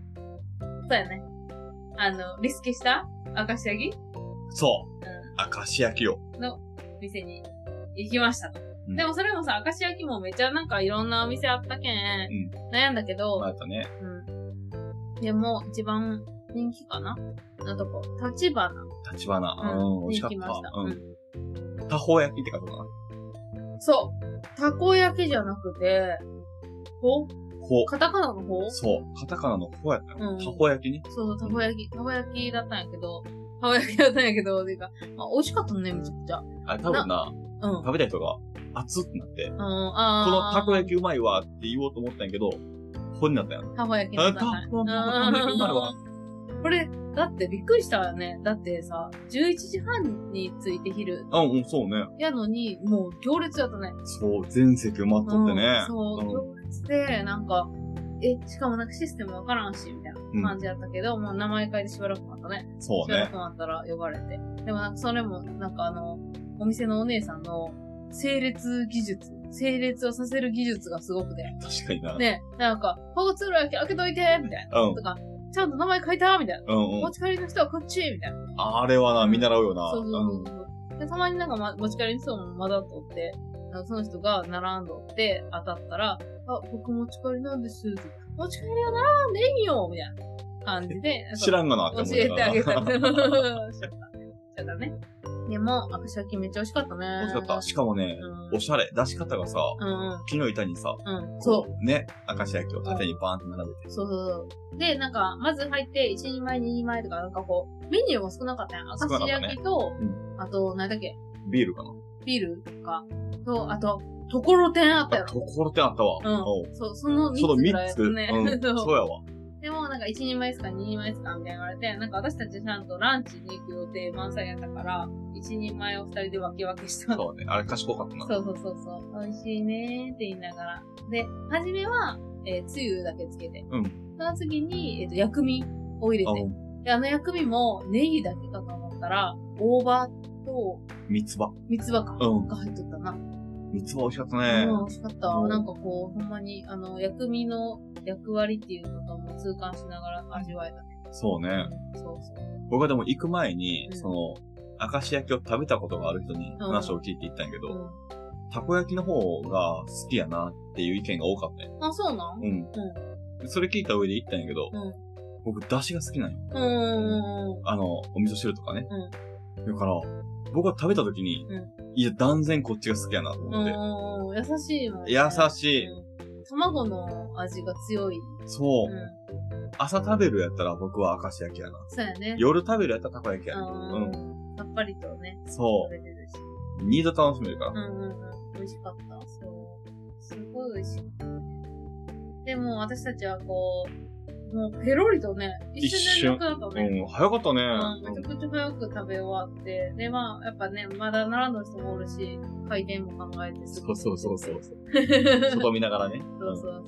そうやね。あの、リスケした明石焼きそうう。明石焼きを。ん。の店に行きましたと。うんでもそれもさ、明石焼きもめっちゃなんかいろんなお店あったけん、悩んだけど、またね、うん。でも、一番人気かなのとこ、立花。立花。うん、美味しかっに行きましたた。うん。多方焼きってことかな。そう。たこ焼きじゃなくて、ほほカタカナのほう。そそう。カタカナのほうやったうの。ん多方焼きね。うそう、たこ焼き、たこ焼きだったんやけど、たこ焼きだったんやけど、ていうか、まあ、美味しかったね、めちゃくちゃ。あれ多分な、うん。食べた人が熱ってなって、うこあのーたこ焼きうまいわって言おうと思ったんやけど、ほになったやん。たこ焼きだあ、ったたからこ焼きうまいわ。これ、だってびっくりしたわよね。だってさ、11時半に着いて昼。うん、うん、そうね。やのに、もう行列やったね。そう、全席埋まっとってね。うんそう、行列で、なんか、え、しかもなんかシステムわからんし、みたいうんな感じやったけど、もう名前変えてしばらく待ったね。そうしばらねく。待ったら呼ばれて。でもなんかそれも、なんかあの、お店のお姉さんの、整列技術、整列をさせる技術がすごくて。確かにな。ね、なんか、保護通路開け開けといてみたいな。うんとか、ちゃんと名前書いたみたいな。うんう持ん。ち帰りの人はこっちみたいな。あれはな、見習うよな。そうそうそううんそう。で、たまになんか、ま、持ち帰りの人もまだとって、なんかその人が並んどって当たったら、あ、僕持ち帰りなんです。持ち帰りは並んでいいよみたいな感じで。なん か知らんがなって教思えてあげたた な。くなる。そうだね。でも、アクシャキめっちゃ美味しかった美ね。味しかった。しかもね、うん。おしゃれ。出し方がさ、うんうん木の板にさ、うん。こ。そうね、明石焼きを縦にバーンって並べて。う。そうそうそう。で、なんか、まず入って、1人前、2人前とか、なんかこう、メニューも少なかったやん。少明なか石ったね焼きと、うあと、何だっけ、ビールかな。ビールとか、と、あと、ところてんあったやあろ。ところてんあったわ。うんおうそう、そのその3つぐらい3やつ。つね。うん そうそうやわ。でも、なんか、1人前ですか、2人前ですか、みたいな言われて、なんか私たちちゃんとランチに行く予定満載やったから、1人前を2人で分け分けした。そうね。あれ賢かったな。そうそうそうそう。美味しいねーって言いながら。で、初めは、えーつゆだけつけて。うんその次に、えっ、と、薬味を入れあて。で、あの薬味もネギだけかと思ったら、大葉と三つ葉。三つ葉か。うん。が入っとったな。うん、三つ葉美味しかったね。美味しかった。うんなんかこう、ほんまに、あの、薬味の役割っていうのとも痛感しながら味わえたね。そうね。そうそう。僕はでも行く前にう、んその、明石焼きを食べたことがある人に話を聞いていったんやけど、うたこ焼きの方が好きやなっていう意見が多かったよ。ん、あ、そうなんうん。でそれ聞いた上で行ったんやけど、うん僕、出汁が好きなんよ。うん。うん。うん。あの、お味噌汁とかね。だから、僕は食べた時に、ういや、断然こっちが好きやなと思って。うん。優しいもん、ね。優しい。うん卵の味が強い。そうう、ん。朝食べるやったら僕は明石焼きやな。そうやね。夜食べるやったらたこ焼きやな。ううん。ん。さっぱりとね、そ食べれるし。う。二度楽しめるから。うんうんうん。美味しかった。そう。すごい美味しい。でも私たちはこう、もうペロリとね、一瞬でなくなったうね。ん、早かったね。うん、めちゃくちゃ早く食べ終わって、で、まあ、やっぱね、まだ並んだ人もおるし、回転も考えてすそごういそう そうそう。そう外見ながらね。 そうそう。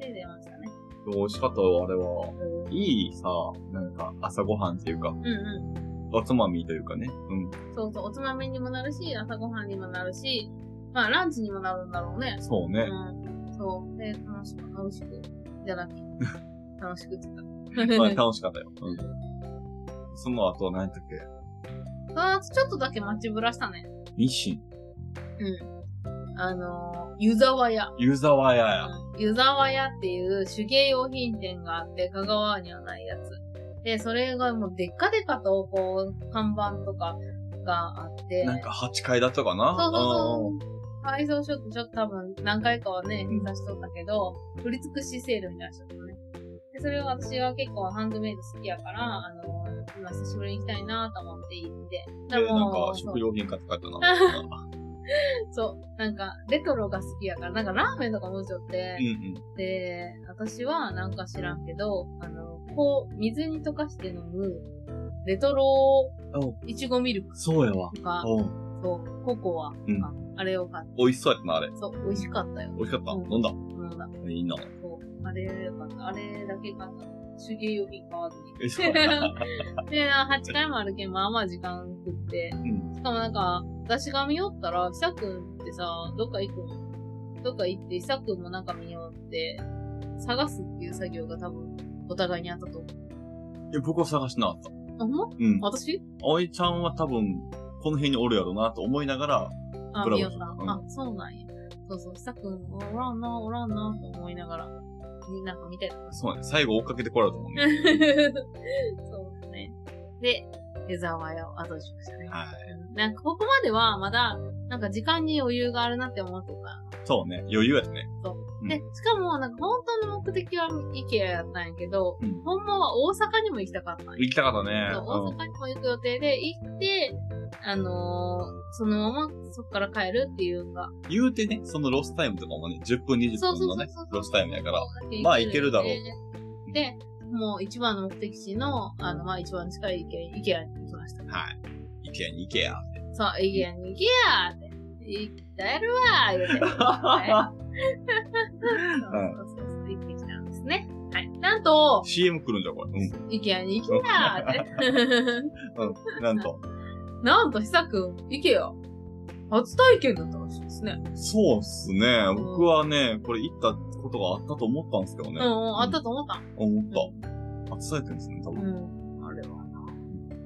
で、出ましたね。うん美味しかったわ、あれは。うんいいさ、なんか、朝ごはんっていうか、うん。おつまみというかね。うん。そうそう、おつまみにもなるし、朝ごはんにもなるし、まあ、ランチにもなるんだろうね。そううね。ん。そう。で、楽しく、楽しく、じ ゃなくて、楽しくってまあ言った。 楽しかったよ。うん。その後は何やったっけあとちょっとだけ待ちぶらしたね。日清。うん。あのー、湯沢屋。湯沢屋や。うん湯沢屋っていう手芸用品店があって、香川にはないやつ。で、それがもうでっかでかと、こう、看板とかがあって。なんか8階だったかなそうそうそう。配送ショップ、ちょっと多分何回かはね、見さしとったけど、売り尽くしセールみたいなショップね。で、それを私は結構ハンドメイド好きやから、あの、今久しぶりに行きたいなと思って行って。で、なんかそ食う料品買って帰ったな。そう。なんか、レトロが好きやから、なんかラーメンとかもちょってう、んで、私はなんか知らんけど、あの、こう、水に溶かして飲む、レトロおいちごミルクうん。そうやわ。とか、うん。そう、ココアとか、あれを買って、美味しそうやったな、あれ。そう、美味しかったよ。美味しかった。うん飲んだ。飲んだ。いいな。そう。あれよかった。あれだけかな。手芸用品買わずに。え、そうやな。 で、8回も歩けん、まあまあ時間食って。うん。しかもなんか、私が見よったら、久くんってさ、どっか行くのどっか行って、久くんもなんか見ようって、探すっていう作業が多分、お互いにあったと思う。いや、僕は探してなかった。あ、ほんまうん。私葵ちゃんは多分、この辺におるやろうなと思いながら、あ、ブラボみーよさん。うんあ、そうなんや。そうそう、久くん、おらんな、おらんな、と思いながら、みんなが見たりとかしてそうね、最後追っかけてこられたもんね。そうだね。で、湯沢屋を後にしましたね。はうんなんか、ここまではまだ、なんか時間に余裕があるなって思ってた。そうね、余裕やったね。うんで、しかも、なんか本当の目的は IKEA やったんやけど、うん。ほんまは大阪にも行きたかったんや。行きたかったね。そう大阪にも行く予定で行って、あのーそのままそこから帰るっていうか、うん言うてね、そのロスタイムとかもね、10分20分のねそうそうそうそう、ロスタイムやから。ままあ行けるだろうで、もう一番の目的地の、あの、まあ一番近いイケアに行きました。はい。イケアに行け や。そう、イケアに行けやーって。行ってやるわー言うて。 はいそうそうそう、行ってきたんですね。はい。なんと、 CM 来るんじゃん、これ。うイケアに行けやー って。ん。なんと。なんと、ひさくん、イケア、初体験だったらしいですね。そうっすね。僕はね、これ行ったことがあったと思ったんですけどうね。んうん、あったと思った。思った。初体験ですね、多う分。ん。あれはな。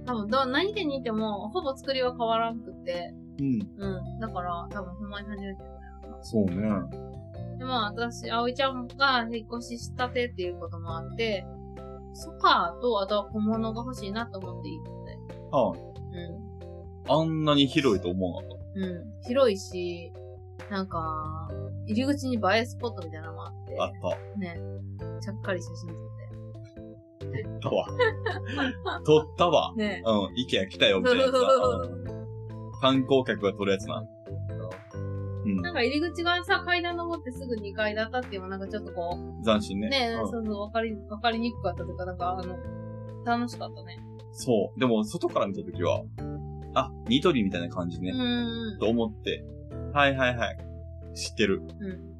多分ど、何店に行っても、ほぼ作りは変わらんくて、うん。うん。だから、多分、ほんまに初めてだよな。そうね。で、まあ、私、葵ちゃんが引っ越ししたてっていうこともあって、ソファーと、あとは小物が欲しいなと思っていいのはい。で、あんなに広いと思わなかっうん。うん。広いし、なんか、入り口に映えスポットみたいなのもあた。あっ。って、 ね、ちゃっかり写真撮ったわ。撮ったわ。て。ね。うん。意見来たよ、みたいなやつだ。うん観光客が撮るやつな。うんな。んか入り口がさ、階段登ってすぐ2階だったっていうのもなんかちょっとこう、斬新ね。ね、うんそうそう、わかり、わかりにくかったというか、なんか、あの、楽しかったね。そう。でも、外から見たときは、あ、ニトリみたいな感じねう。ん。と思って、はいはいはい。知ってる。ん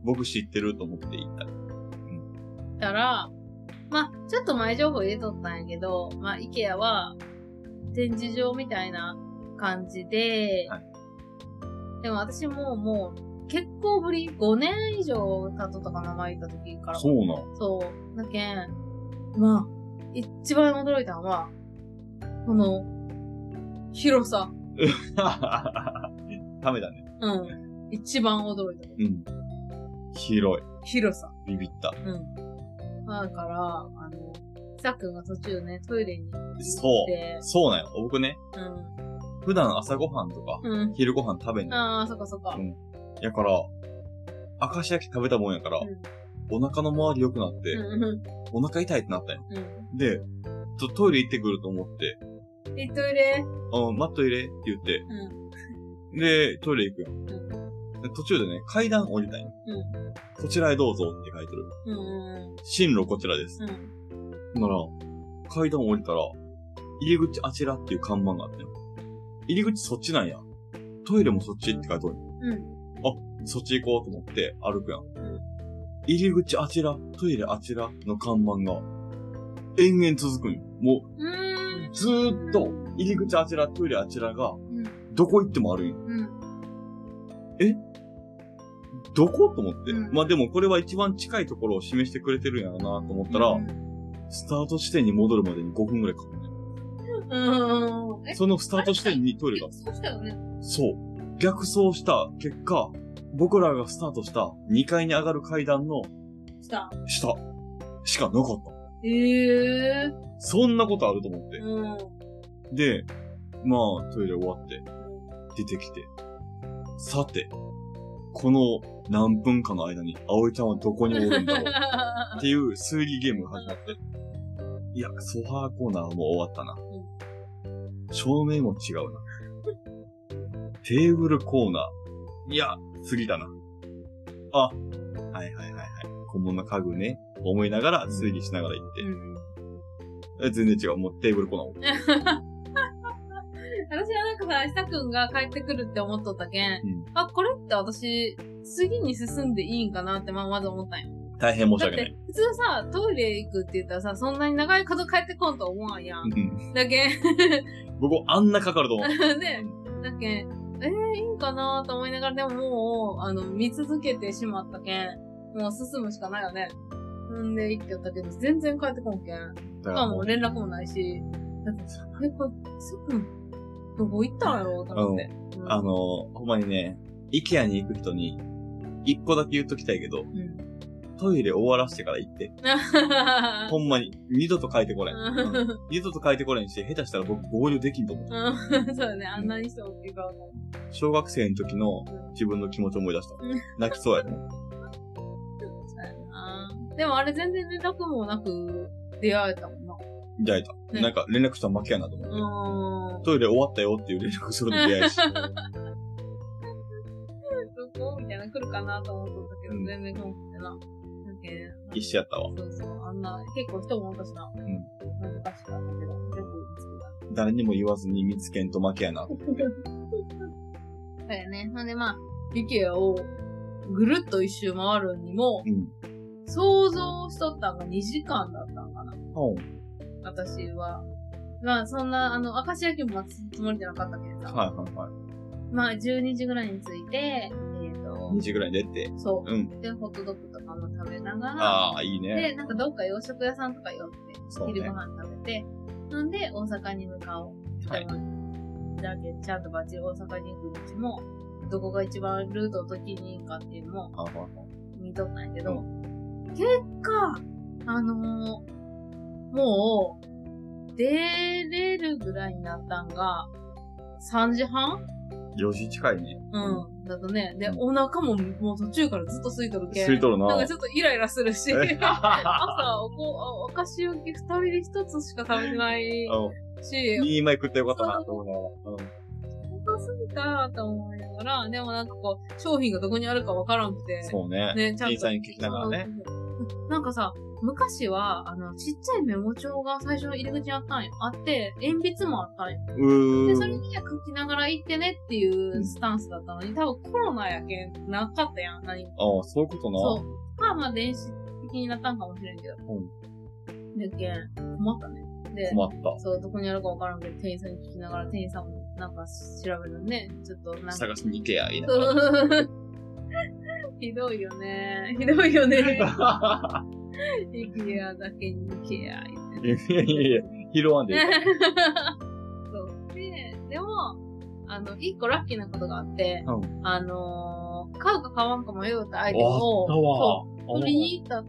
僕知ってると思って行った。たら、まあ、ちょっと前情報入れとったんやけど、まあ、IKEA は、展示場みたいな感じで、はいでも私ももう、結構ぶり、5年以上経っとったかな、前行った時から。そうなん。そう。だけん、まあ、一番驚いたのは、この、広さ。 ためだね。うん。一番驚いた。うん。広い。広さ。ビビった。うん。だから、あの、さっくんが途中ね、トイレに行っそう。て、そうなんよ。僕ね、う普段朝ごはんとか、ん。う昼ごはん食べんん。の。ああ、そっかそっか。やから、明石焼き食べたもんやから、うお腹の周り良くなって、ん。うん。うお腹痛いってなったんよ。んうで、ちょトイレ行ってくると思って、ん。で、トイレ。うん、マット入れって言って、うん。で、トイレ行くよ。で途中でね、階段降りたんよ。こちらへどうぞって書いてる。うん。うん。進路こちらです。うん。なら、階段降りたら、入り口あちらっていう看板があったよ。入り口そっちなんや。トイレもそっちって書いてある。あ、そっち行こうと思って歩くやん。入り口あちら、トイレあちらの看板が、延々続くんよ。もうん。うう、。んずーっと、入り口あちら、トイレあちらが、うん。どこ行ってもあるんよ。うん。どこと思って。うんまあでもこれは一番近いところを示してくれてるんやろうなと思ったら、スタート地点に戻るまでに5分くらいかかるね。うん。え、そのスタート地点にトイレがそうしたよね。そう。逆走した結果、僕らがスタートした2階に上がる階段のした。下しかなかっええー。た。そんなことあると思って。うん。で、まあ、トイレ終わって、出てきて。さて、この何分かの間に、葵ちゃんはどこにおるんだろうっていう推理ゲームが始まって。いや、ソファーコーナーはもう終わったな。照明も違うな。テーブルコーナー。いや、次だな。あ、はいはいはいはい。小物家具ね。思いながら推理しながら行って。うん。え全然違う。もうテーブルコーナー。私はなんかさ、ひさくんが帰ってくるって思っとったけん、んあ、これって私、次に進んでいいんかなって、まあ、まず思ったんよ。大変申しだっ訳ない。て、普通さ、トイレ行くって言ったらさ、そんなに長い数帰ってこんと思わんやん。うんだけん、僕あんなかかると思う。ね、だけん、 えー、いいんかなと思いながら、でももう、あの、見続けてしまったけん、もう進むしかないよね。んで行ってやったけど、全然帰ってこんけだん。しからかももう、連絡もないし、なんか、あれ、これ、すぐ、どこ行ったんやろうと思って。うんあの、、ほんまにね、イケアに行く人に、一個だけ言っときたいけど、うん。トイレ終わらしてから行って。ほんまに、二度と帰ってこれん。うんう二度と帰ってこれんし、下手したら僕合流できんと思う。ん、そうだね、あんなに人大きい顔も。小学生の時のうん自分の気持ち思い出したうん。泣きそうやね。そうやな。でもあれ全然連絡もなく出会えたもんな。出会えた。ねなんか連絡したら負けやなと思って。うーん。トイレ終わったよっていう連絡するの出会 いし。どこみたいなの来るかなと思っとったけど、うん全然来なくてな。だけど一緒やったわ。。そうそう、あんな、結構人もおったしな。うん難しかったけど、よく見つけた。誰にも言わずに見つけんと負けやな。そうやね。ほんでまあ、イケアをぐるっと一周回るにも、うん。想像しとったんが2時間だったんかな。ほう私は。まあ、そんな、あの、明石焼きも待つつもりじゃなかったけどさ。はいはいはい。まあ、12時ぐらいに着いて、えっ、と2、時ぐらいに出て。そうう。で、ホットドッグとかも食べながら、ああ、いいね。で、なんかどっか洋食屋さんとか寄って、そうね昼ご飯食べて、なんで大阪に向かおう。はい。だけどちゃんとバッチリ大阪に行く道も、どこが一番ルートを解きに行くかっていうのも、あはいはい見とったんやけど、結果、あのーもう、出れるぐらいになったんが、3時半4時近いね。うん。だとね。でう、んお腹ももう途中からずっと空いとるけん。吸いとるなんなか。ちょっとイライラするし、え 朝、おこ、お菓子を二人で一つしか食べてないし、 2枚食ってよかったなと思いながお腹すぎたと思いながら、でもなんかこう、商品がどこにあるかわからんくてら。うん。、そうね。ね、ちゃ店んと員さんに聞きながらね。うん。なんかさ、昔は、あの、ちっちゃいメモ帳が最初の入り口にあったんよ。あって、鉛筆もあったんよ。うで、それーん。には書きながら行ってねっていうスタンスだったのに、多分コロナやけん、なかったやん、何も。ああ、そういうことな。そう。まあまあ、電子的になったんかもしれんけど。うん。でけん、困ったね。で、困った。そう、どこにあるかわからんけど、店員さんに聞きながら、店員さんもなんか調べるのね。ちょっとなんか。探しに行けや、いいな。 ひどいよね。ひどいよね。いイケアだけにイケア言ってね。や いやいや、拾わんでいい。 そう。で、でも、あの、一個ラッキーなことがあって、うあのー買うか買わんか迷うったアイテムあったわを、。そう取りに行った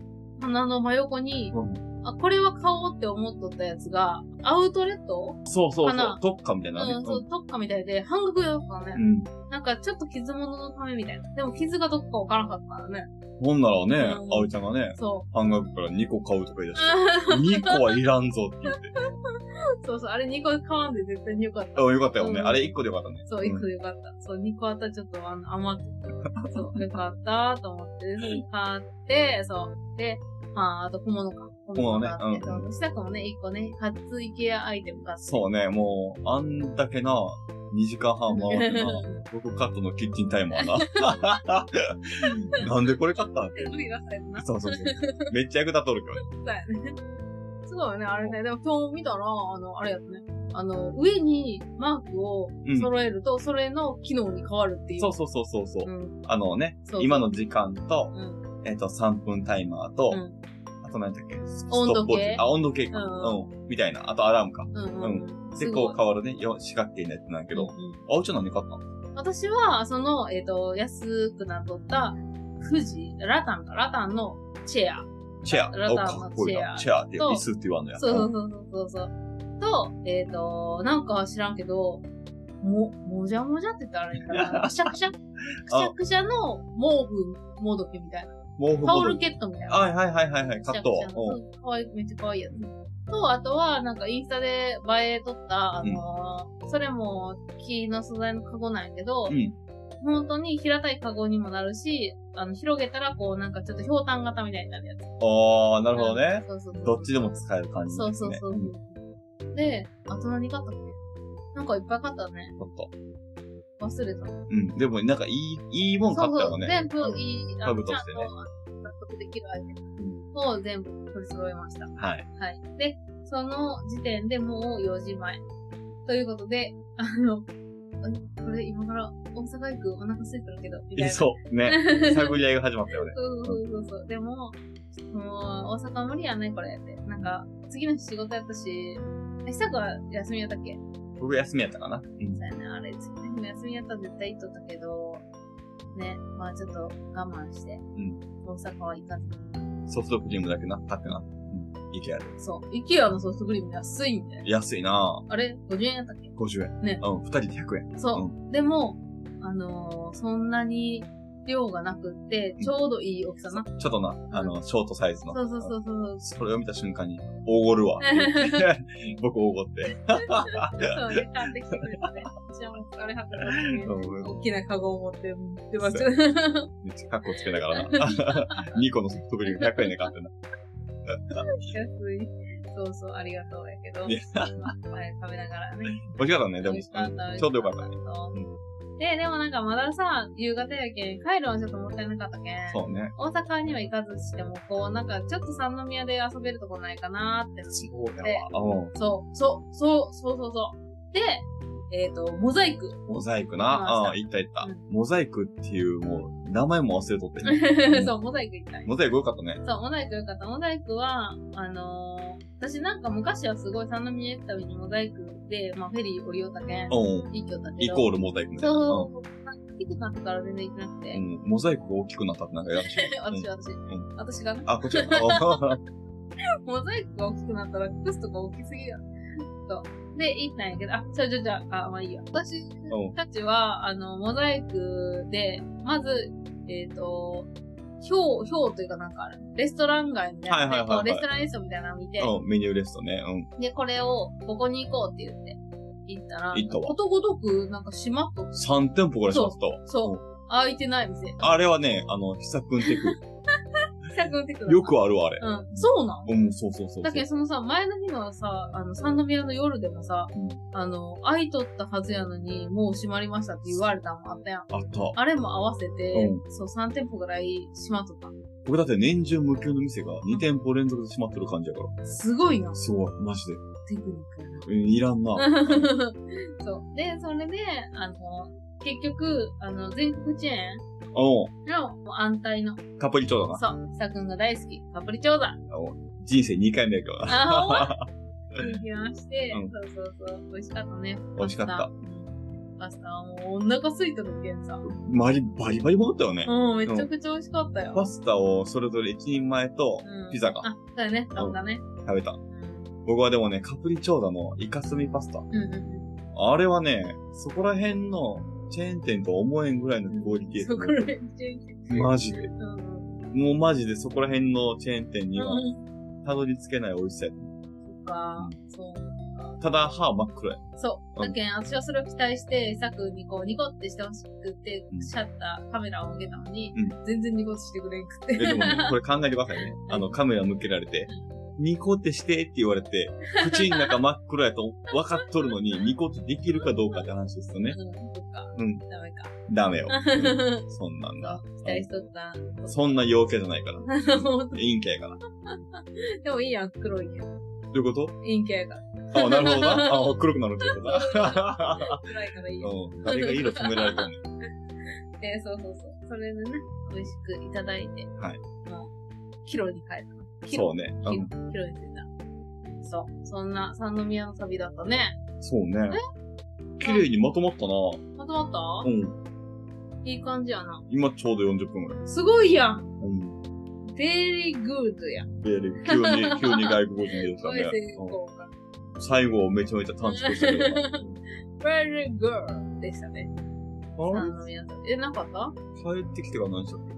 花の真横に、うあ、これは買おうって思っとったやつが、アウトレットそうそうかそうな。特化みたいなね。うん、そう、特価みたいで、半額だったのうね。ん。なんか、ちょっと傷物のためみたいな。でも、傷がどっかわからんかったからね。ほんならねう、んあおいちゃんがね、そ半額から2個買うとか言い出して、う。 2個はいらんぞって言って。そうそう、あれ2個買わんで絶対によかったあ。よかったよね。うんあれ1個でよかったね。そう、ん一個でよかった。そう、二個あったらちょっとあの甘くて。 そう、よかったと思って、それ買って、そう。で、まあ、あと小物か。小があって小物ねそう、下子もね、一個ね、初イケアアイテムがあって。 そうね、もう、あんだけな、2時間半回ってな、僕カットのキッチンタイマーな。 なんでこれ買ったって。手振り出されたな。そうそうそう。めっちゃ役立っとるけどね。 そうやね。すごいよね、あれね。でも今日見たら、あの、あれやったね。あの、上にマークを揃えると、それの機能に変わるっていう。そうそうそうそうそう。うん。あのね、そう今の時間と、うん。えっ、と、3分タイマーと、うんあと何だっけス温度計ストップウォッチあ、温度計か。ううん、みたいな。あとアラームか。うん。うん。で、すごこいう変わるね、よ四角形になってないけど。うんあおちゃん何買ったの私は、その、えっ、と、安くなっとった、富士、ラタンか、ラタンのチェア。チェア。ラおタンのかっこいいな。チチェアってと椅子って言わんのや。そうそうそうそうそう。と、えっ、と、なんか知らんけど、も、もじゃもじゃって言ったらあれかな。くしゃくしゃくしゃくしゃの毛布もどきみたいな。毛布タオボトルル。ケットみたいな。はいはいはいはいはい。カットくしゃくしゃ。のうんそう可愛い、めっちゃ可愛いやつ。と、あとは、なんかインスタで映え撮った、あのーそれも木の素材のカゴなんやけど、うん本当に平たいカゴにもなるし、あの、広げたら、こう、なんかちょっとひょうたん型みたいになるやつ。あー、なるほどね。そうそうそう。どっちでも使える感じそうですそね。うそう。んで、あと何買ったっけなんかいっぱい買ったね。買った忘れた。そうん。でも、なんかいい、いいもん買ったよね。全部いい、家具としてねちゃんと納得できるアイテムを全部取り揃えました。はい。はい。で、その時点でもう4時前。ということで、あの、えこれ今から大阪行くお腹空いてるけど、みたえいな。そう。ね。 探り合いが始まったよね。そうそうそうそう。でも、もう、大阪無理やね、これって。なんか、次の日仕事やったし、え、久子は休みやったっけ僕休みやったかな。うんそうやね、あれ、次の日も休みやったら絶対行っとったけど、ね、まあちょっと我慢して、ん大阪は行かず。ソフトクリームだけな、買ってな。うん。いけやる。そう、IKEA のソフトクリーム安いんだよ。安いなあれ ?50 円やったっけぁ。50円。ねうん。二人で100円。そう。でも、あのーそんなに量がなくって、ちょうどいい大きさな。ちょっとな、あの、ショートサイズの。そうそうそうそう。それを見た瞬間に、おごる わ。僕おごって。そうね、買ってきてくれてね。じゃあもう、あれ運うんんで、大きなカゴを持って、で、まっちゃめっちゃ格好つけながらな。2個のソ フトクリーム100円で買ってな。 安い。そうそう、ありがとうやけど。いや前食べながらね。美味しかったね、でも。美味しかったうんちょうどよかったね。。美味しかったそうで、でもなんかまださ、夕方やけん、帰るのはちょっともったいなかったけん。そうね。大阪には行かずしても、こう、なんかちょっと三宮で遊べるとこないかなーって。そうやわ。うん。そう、そう、そう、そうそうそう。で、えっ、と、モザイク。モザイクあな。あああ、いったいっ たうん。。モザイクっていう、もう、名前も忘れとってね そう、モザイク行ったモザイク良かったね。そう、モザイク良かった。モザイクは、あのー私なんか昔はすごい三宮行くたびにモザイクで、まあフェリー降りよったけん、うん。いいきよったけど。イコールモザイクみたいな。そう、なんか大きくなってから全然行ってなくて。。うんうんモザイクが大きくなったってなんかやらしい 私、うんん私、私がね、あ、こっちやった。 あモザイクが大きくなったら靴とか大きすぎる。そう。で、行ったんやけど、あ、じゃあじゃあじゃあ、あ、まあいいや。私うんたちは、あの、モザイクで、まず、えっ、と、ひょう、ひょうというかなんかある、レストラン街みたいな、はいはいはいはいこうレストランリストみたいなの見て、うん、メニューレストね。うん。で、これを、ここに行こうって言って、行ったら、行ったわことごとく、なんか閉まっとった3店舗ぐらいしましたわ。そうう。開いてない 店。あれはね、あの、久くんテ ク。久くんテクよくあるわ、あれ。うん。そうなんうん、そうそうそうそう。だけど、そのさ、前の日のさ、あの、三宮の夜でもさ、うんあの、開いとったはずやのに、もう閉まりましたって言われたのもあったやん。あった。あれも合わせて、うそう、3店舗ぐらい閉まっとっ僕だって年中無休の店が2店舗連続で閉まってる感じやから。た。すごいな、すごい、マジで。テクニックやな。うんいらんな。 そう。で、それで、あの、結局、あの、全国チェーうンの安泰のん。カプリチョだそう、さくんが大好き、カプリチョーザ。な。うん人生2回目やけどな。あ、ほんま行きまして、うんそうそうそう、美味しかったね。美味しかったパスタ。うんパスタはもうお腹空いた時やんさ。バリ、バリバリ戻ったよね。うん、めちゃくちゃ美味しかったよ。パスタをそれぞれ1人前とうんピザがあ、そうだね、そうだね。食べた。僕はでもね、カプリチョーダのイカスミパスタ。うんうんうん。あれはね、そこら辺のチェーン店とは思えんぐらいのクオリテそこィ。ら辺中に。マジで。うんうん。もうマジでそこら辺のチェーン店にはうんたどり着けない美味しさやったそっか、そう。ただ、歯真っ 黒や。そう。だけん、私はそれを期待して、サクにこう、ニコってしてほしくってう、んシャッター、カメラを向けたのに、う全然ニコってしてくれんくって。え、でもね、これ考えてくださいね。あの、カメラ向けられて、ニコってしてって言われて、口の中真っ黒やと分かっとるのに、ニコってできるかどうかって話ですよね。うん、そっか。うん。ダメか。ダメよ。うんそそんなんだ。 う、期待しとった。そんな陽キャじゃないから。本当陰キャやから。どでもいいやん、黒いやん。ういうこと陰キャやから。あ、なるほどな。あ、黒くなるってこと だ。暗いからいいやん。うん。誰が色染められて んねん。で、そうそうそう。それでね、美味しくいただいて。はい。もう、キロに帰った。キそロうね。キうロんキロに着いた。そう。そんな三宮の旅だったね。そうね。綺麗にまとまったな。まとまっうん。たいい感じやな。今ちょうど40分ぐらい。すごいやんうん。 !very good やん。で、 急に、急に外国人出てきすたごいね成。うん功が。最後めちゃめちゃ短縮したけ どな。 very good でしたね。あ三宮の旅。え、なかったれ帰ってきてから何したっけ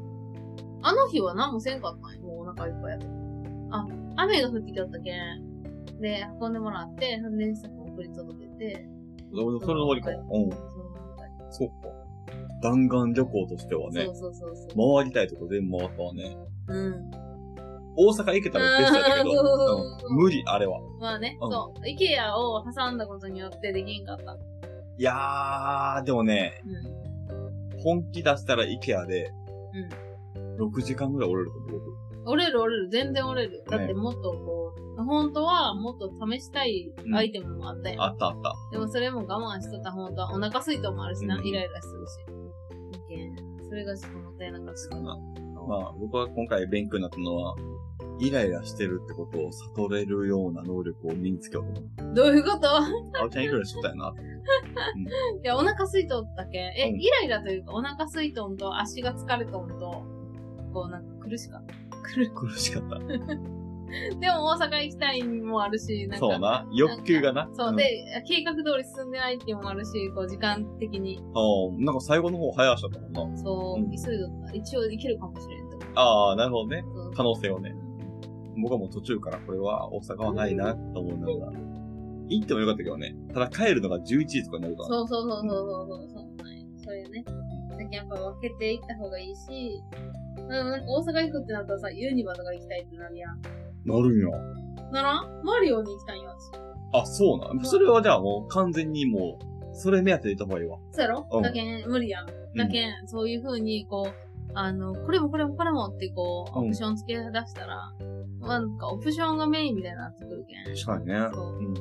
あの日は何もせんかったんよもうお腹いっぱいやった。あ、雨が降ってきよったけん。で、運んでもらって、ほんで、さっき送り届けて、俺それの終わりか。そうん。の中にそっか。弾丸旅行としてはね、そうそうそうそう。回りたいとこ全部回ったわね。うん。大阪行けたらベストやったけど、あーそうそうそううん無理、あれは。まあね、うんそう。IKEA を挟んだことによってできんかった。いやー、でもね、うん。う本気出したら IKEA で、ん。 6時間ぐらい折れると思う。折れる折れる、全然折れる。だってもっとこう、本当はもっと試したいアイテムもあったやん。あったあった。でもそれも我慢しとった本当はお腹空いともあるしな、うんイライラするし。いけんそれがちょっともったいなかっそた。うな。まあ、僕は今回勉強になったのは、イライラしてるってことを悟れるような能力を身につけようと思う。どういうことあおちゃんいくらしとったよな。いや、お腹空いとったけん。え、うんイライラというか、お腹空いとんと足が疲れとんと、こうなんか苦しかった。 苦苦しかった。でも大阪行きたいもあるし、なんか。そうな。欲求がな。そう、んで、計画通り進んでないっていうのもあるし、こう、時間的に、ああ、なんか最後の方早足だったもんな。そうう、ん急いどった。一応できるかもしれんと思ああ、なるほどね。う。可能性をね。僕はもう途中からこれは大阪はないなと思いながら。行ってもよかったけどね。ただ帰るのが11時とかになるから。そうそうそうそうそうそうそう。そういうね。だけどやっぱ分けていった方がいいし、うん、なんか大阪行くってなったらさ、ユニバとか行きたいってなるやん。なるんや。ならんマリオに行きたいんよ、私。あ、そうなん。それはじゃあもう完全にもう、それ目当てで行った方がいいわ。そうやろ、うんだけん、無理やん。だけん、そういう風に、こう、あの、これもこれもこれもってこう、うんオプション付け出したら、なんかオプションがメインみたいになってくるけん。確かにね。そううん。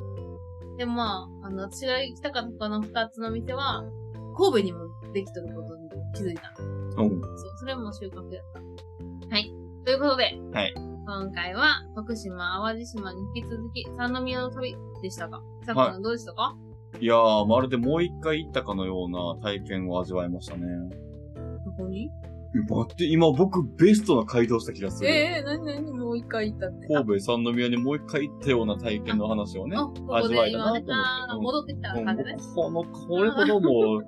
でもまあ、あの、私が行きたかったこの二つの店は、神戸にもできとることに気づいた。うん。そう、それも収穫やった。はい。ということで、はい今回は、徳島、淡路島に引き続き、三宮の旅でしたが、さくらどうでしたか、いやー、まるでもう一回行ったかのような体験を味わいましたね。どこにえ待って、今僕ベストな回答した気がする。ええー、なになにもう一回行ったって。神戸三宮にもう一回行ったような体験の話をねあ、。あここ味わでえた今なと思って出た、戻っうてきたん感じね。この、これほども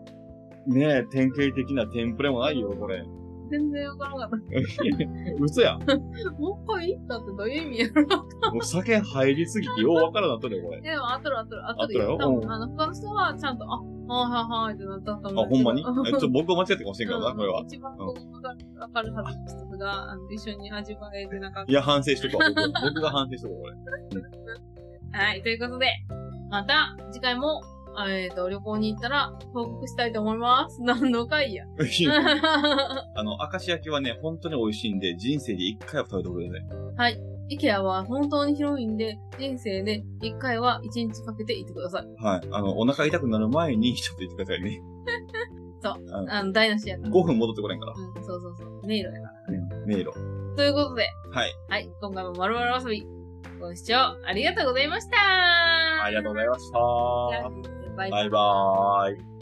う、ねえ、典型的なテンプレもないよ、これ。 全然わからなかっ嘘や。た。もう一回行ったってどういう意味や ろもう酒入りすぎてようわからなっとるよ、これ。でも、あとるあとる、あとるあよ。と多るよ分、あの、他の人はちゃんと、あ、はいはいはいってなったとあ、思うほけんど。ま にえちょっと僕は間違ってたかもしれんからな、これはうん。一番こうわかるわかるはずの人が、あの、一緒に味わえてなかっいや、反省しとこう。 僕僕が反省しとこう、これ。た。はい、ということで、また次回も、あえっ、と、旅行に行ったら報告したいと思います。何の回や。 あの、明石焼きはね、本当に美味しいんで、人生で一回は食べてください。イケア は本当に広いんで、人生で一回は一日かけて行ってください。はい。あの、お腹痛くなる前に、ちょっと行ってください ね。そうあの。あの、台無しやから。 5分戻ってこないから。うん、そうそうそう。迷路やから。迷路。ということで、はい。はい、今回もまる遊び、ご視聴ありがとうございましたありがとうございいました。ました。じゃあねバイバイバイバーイ。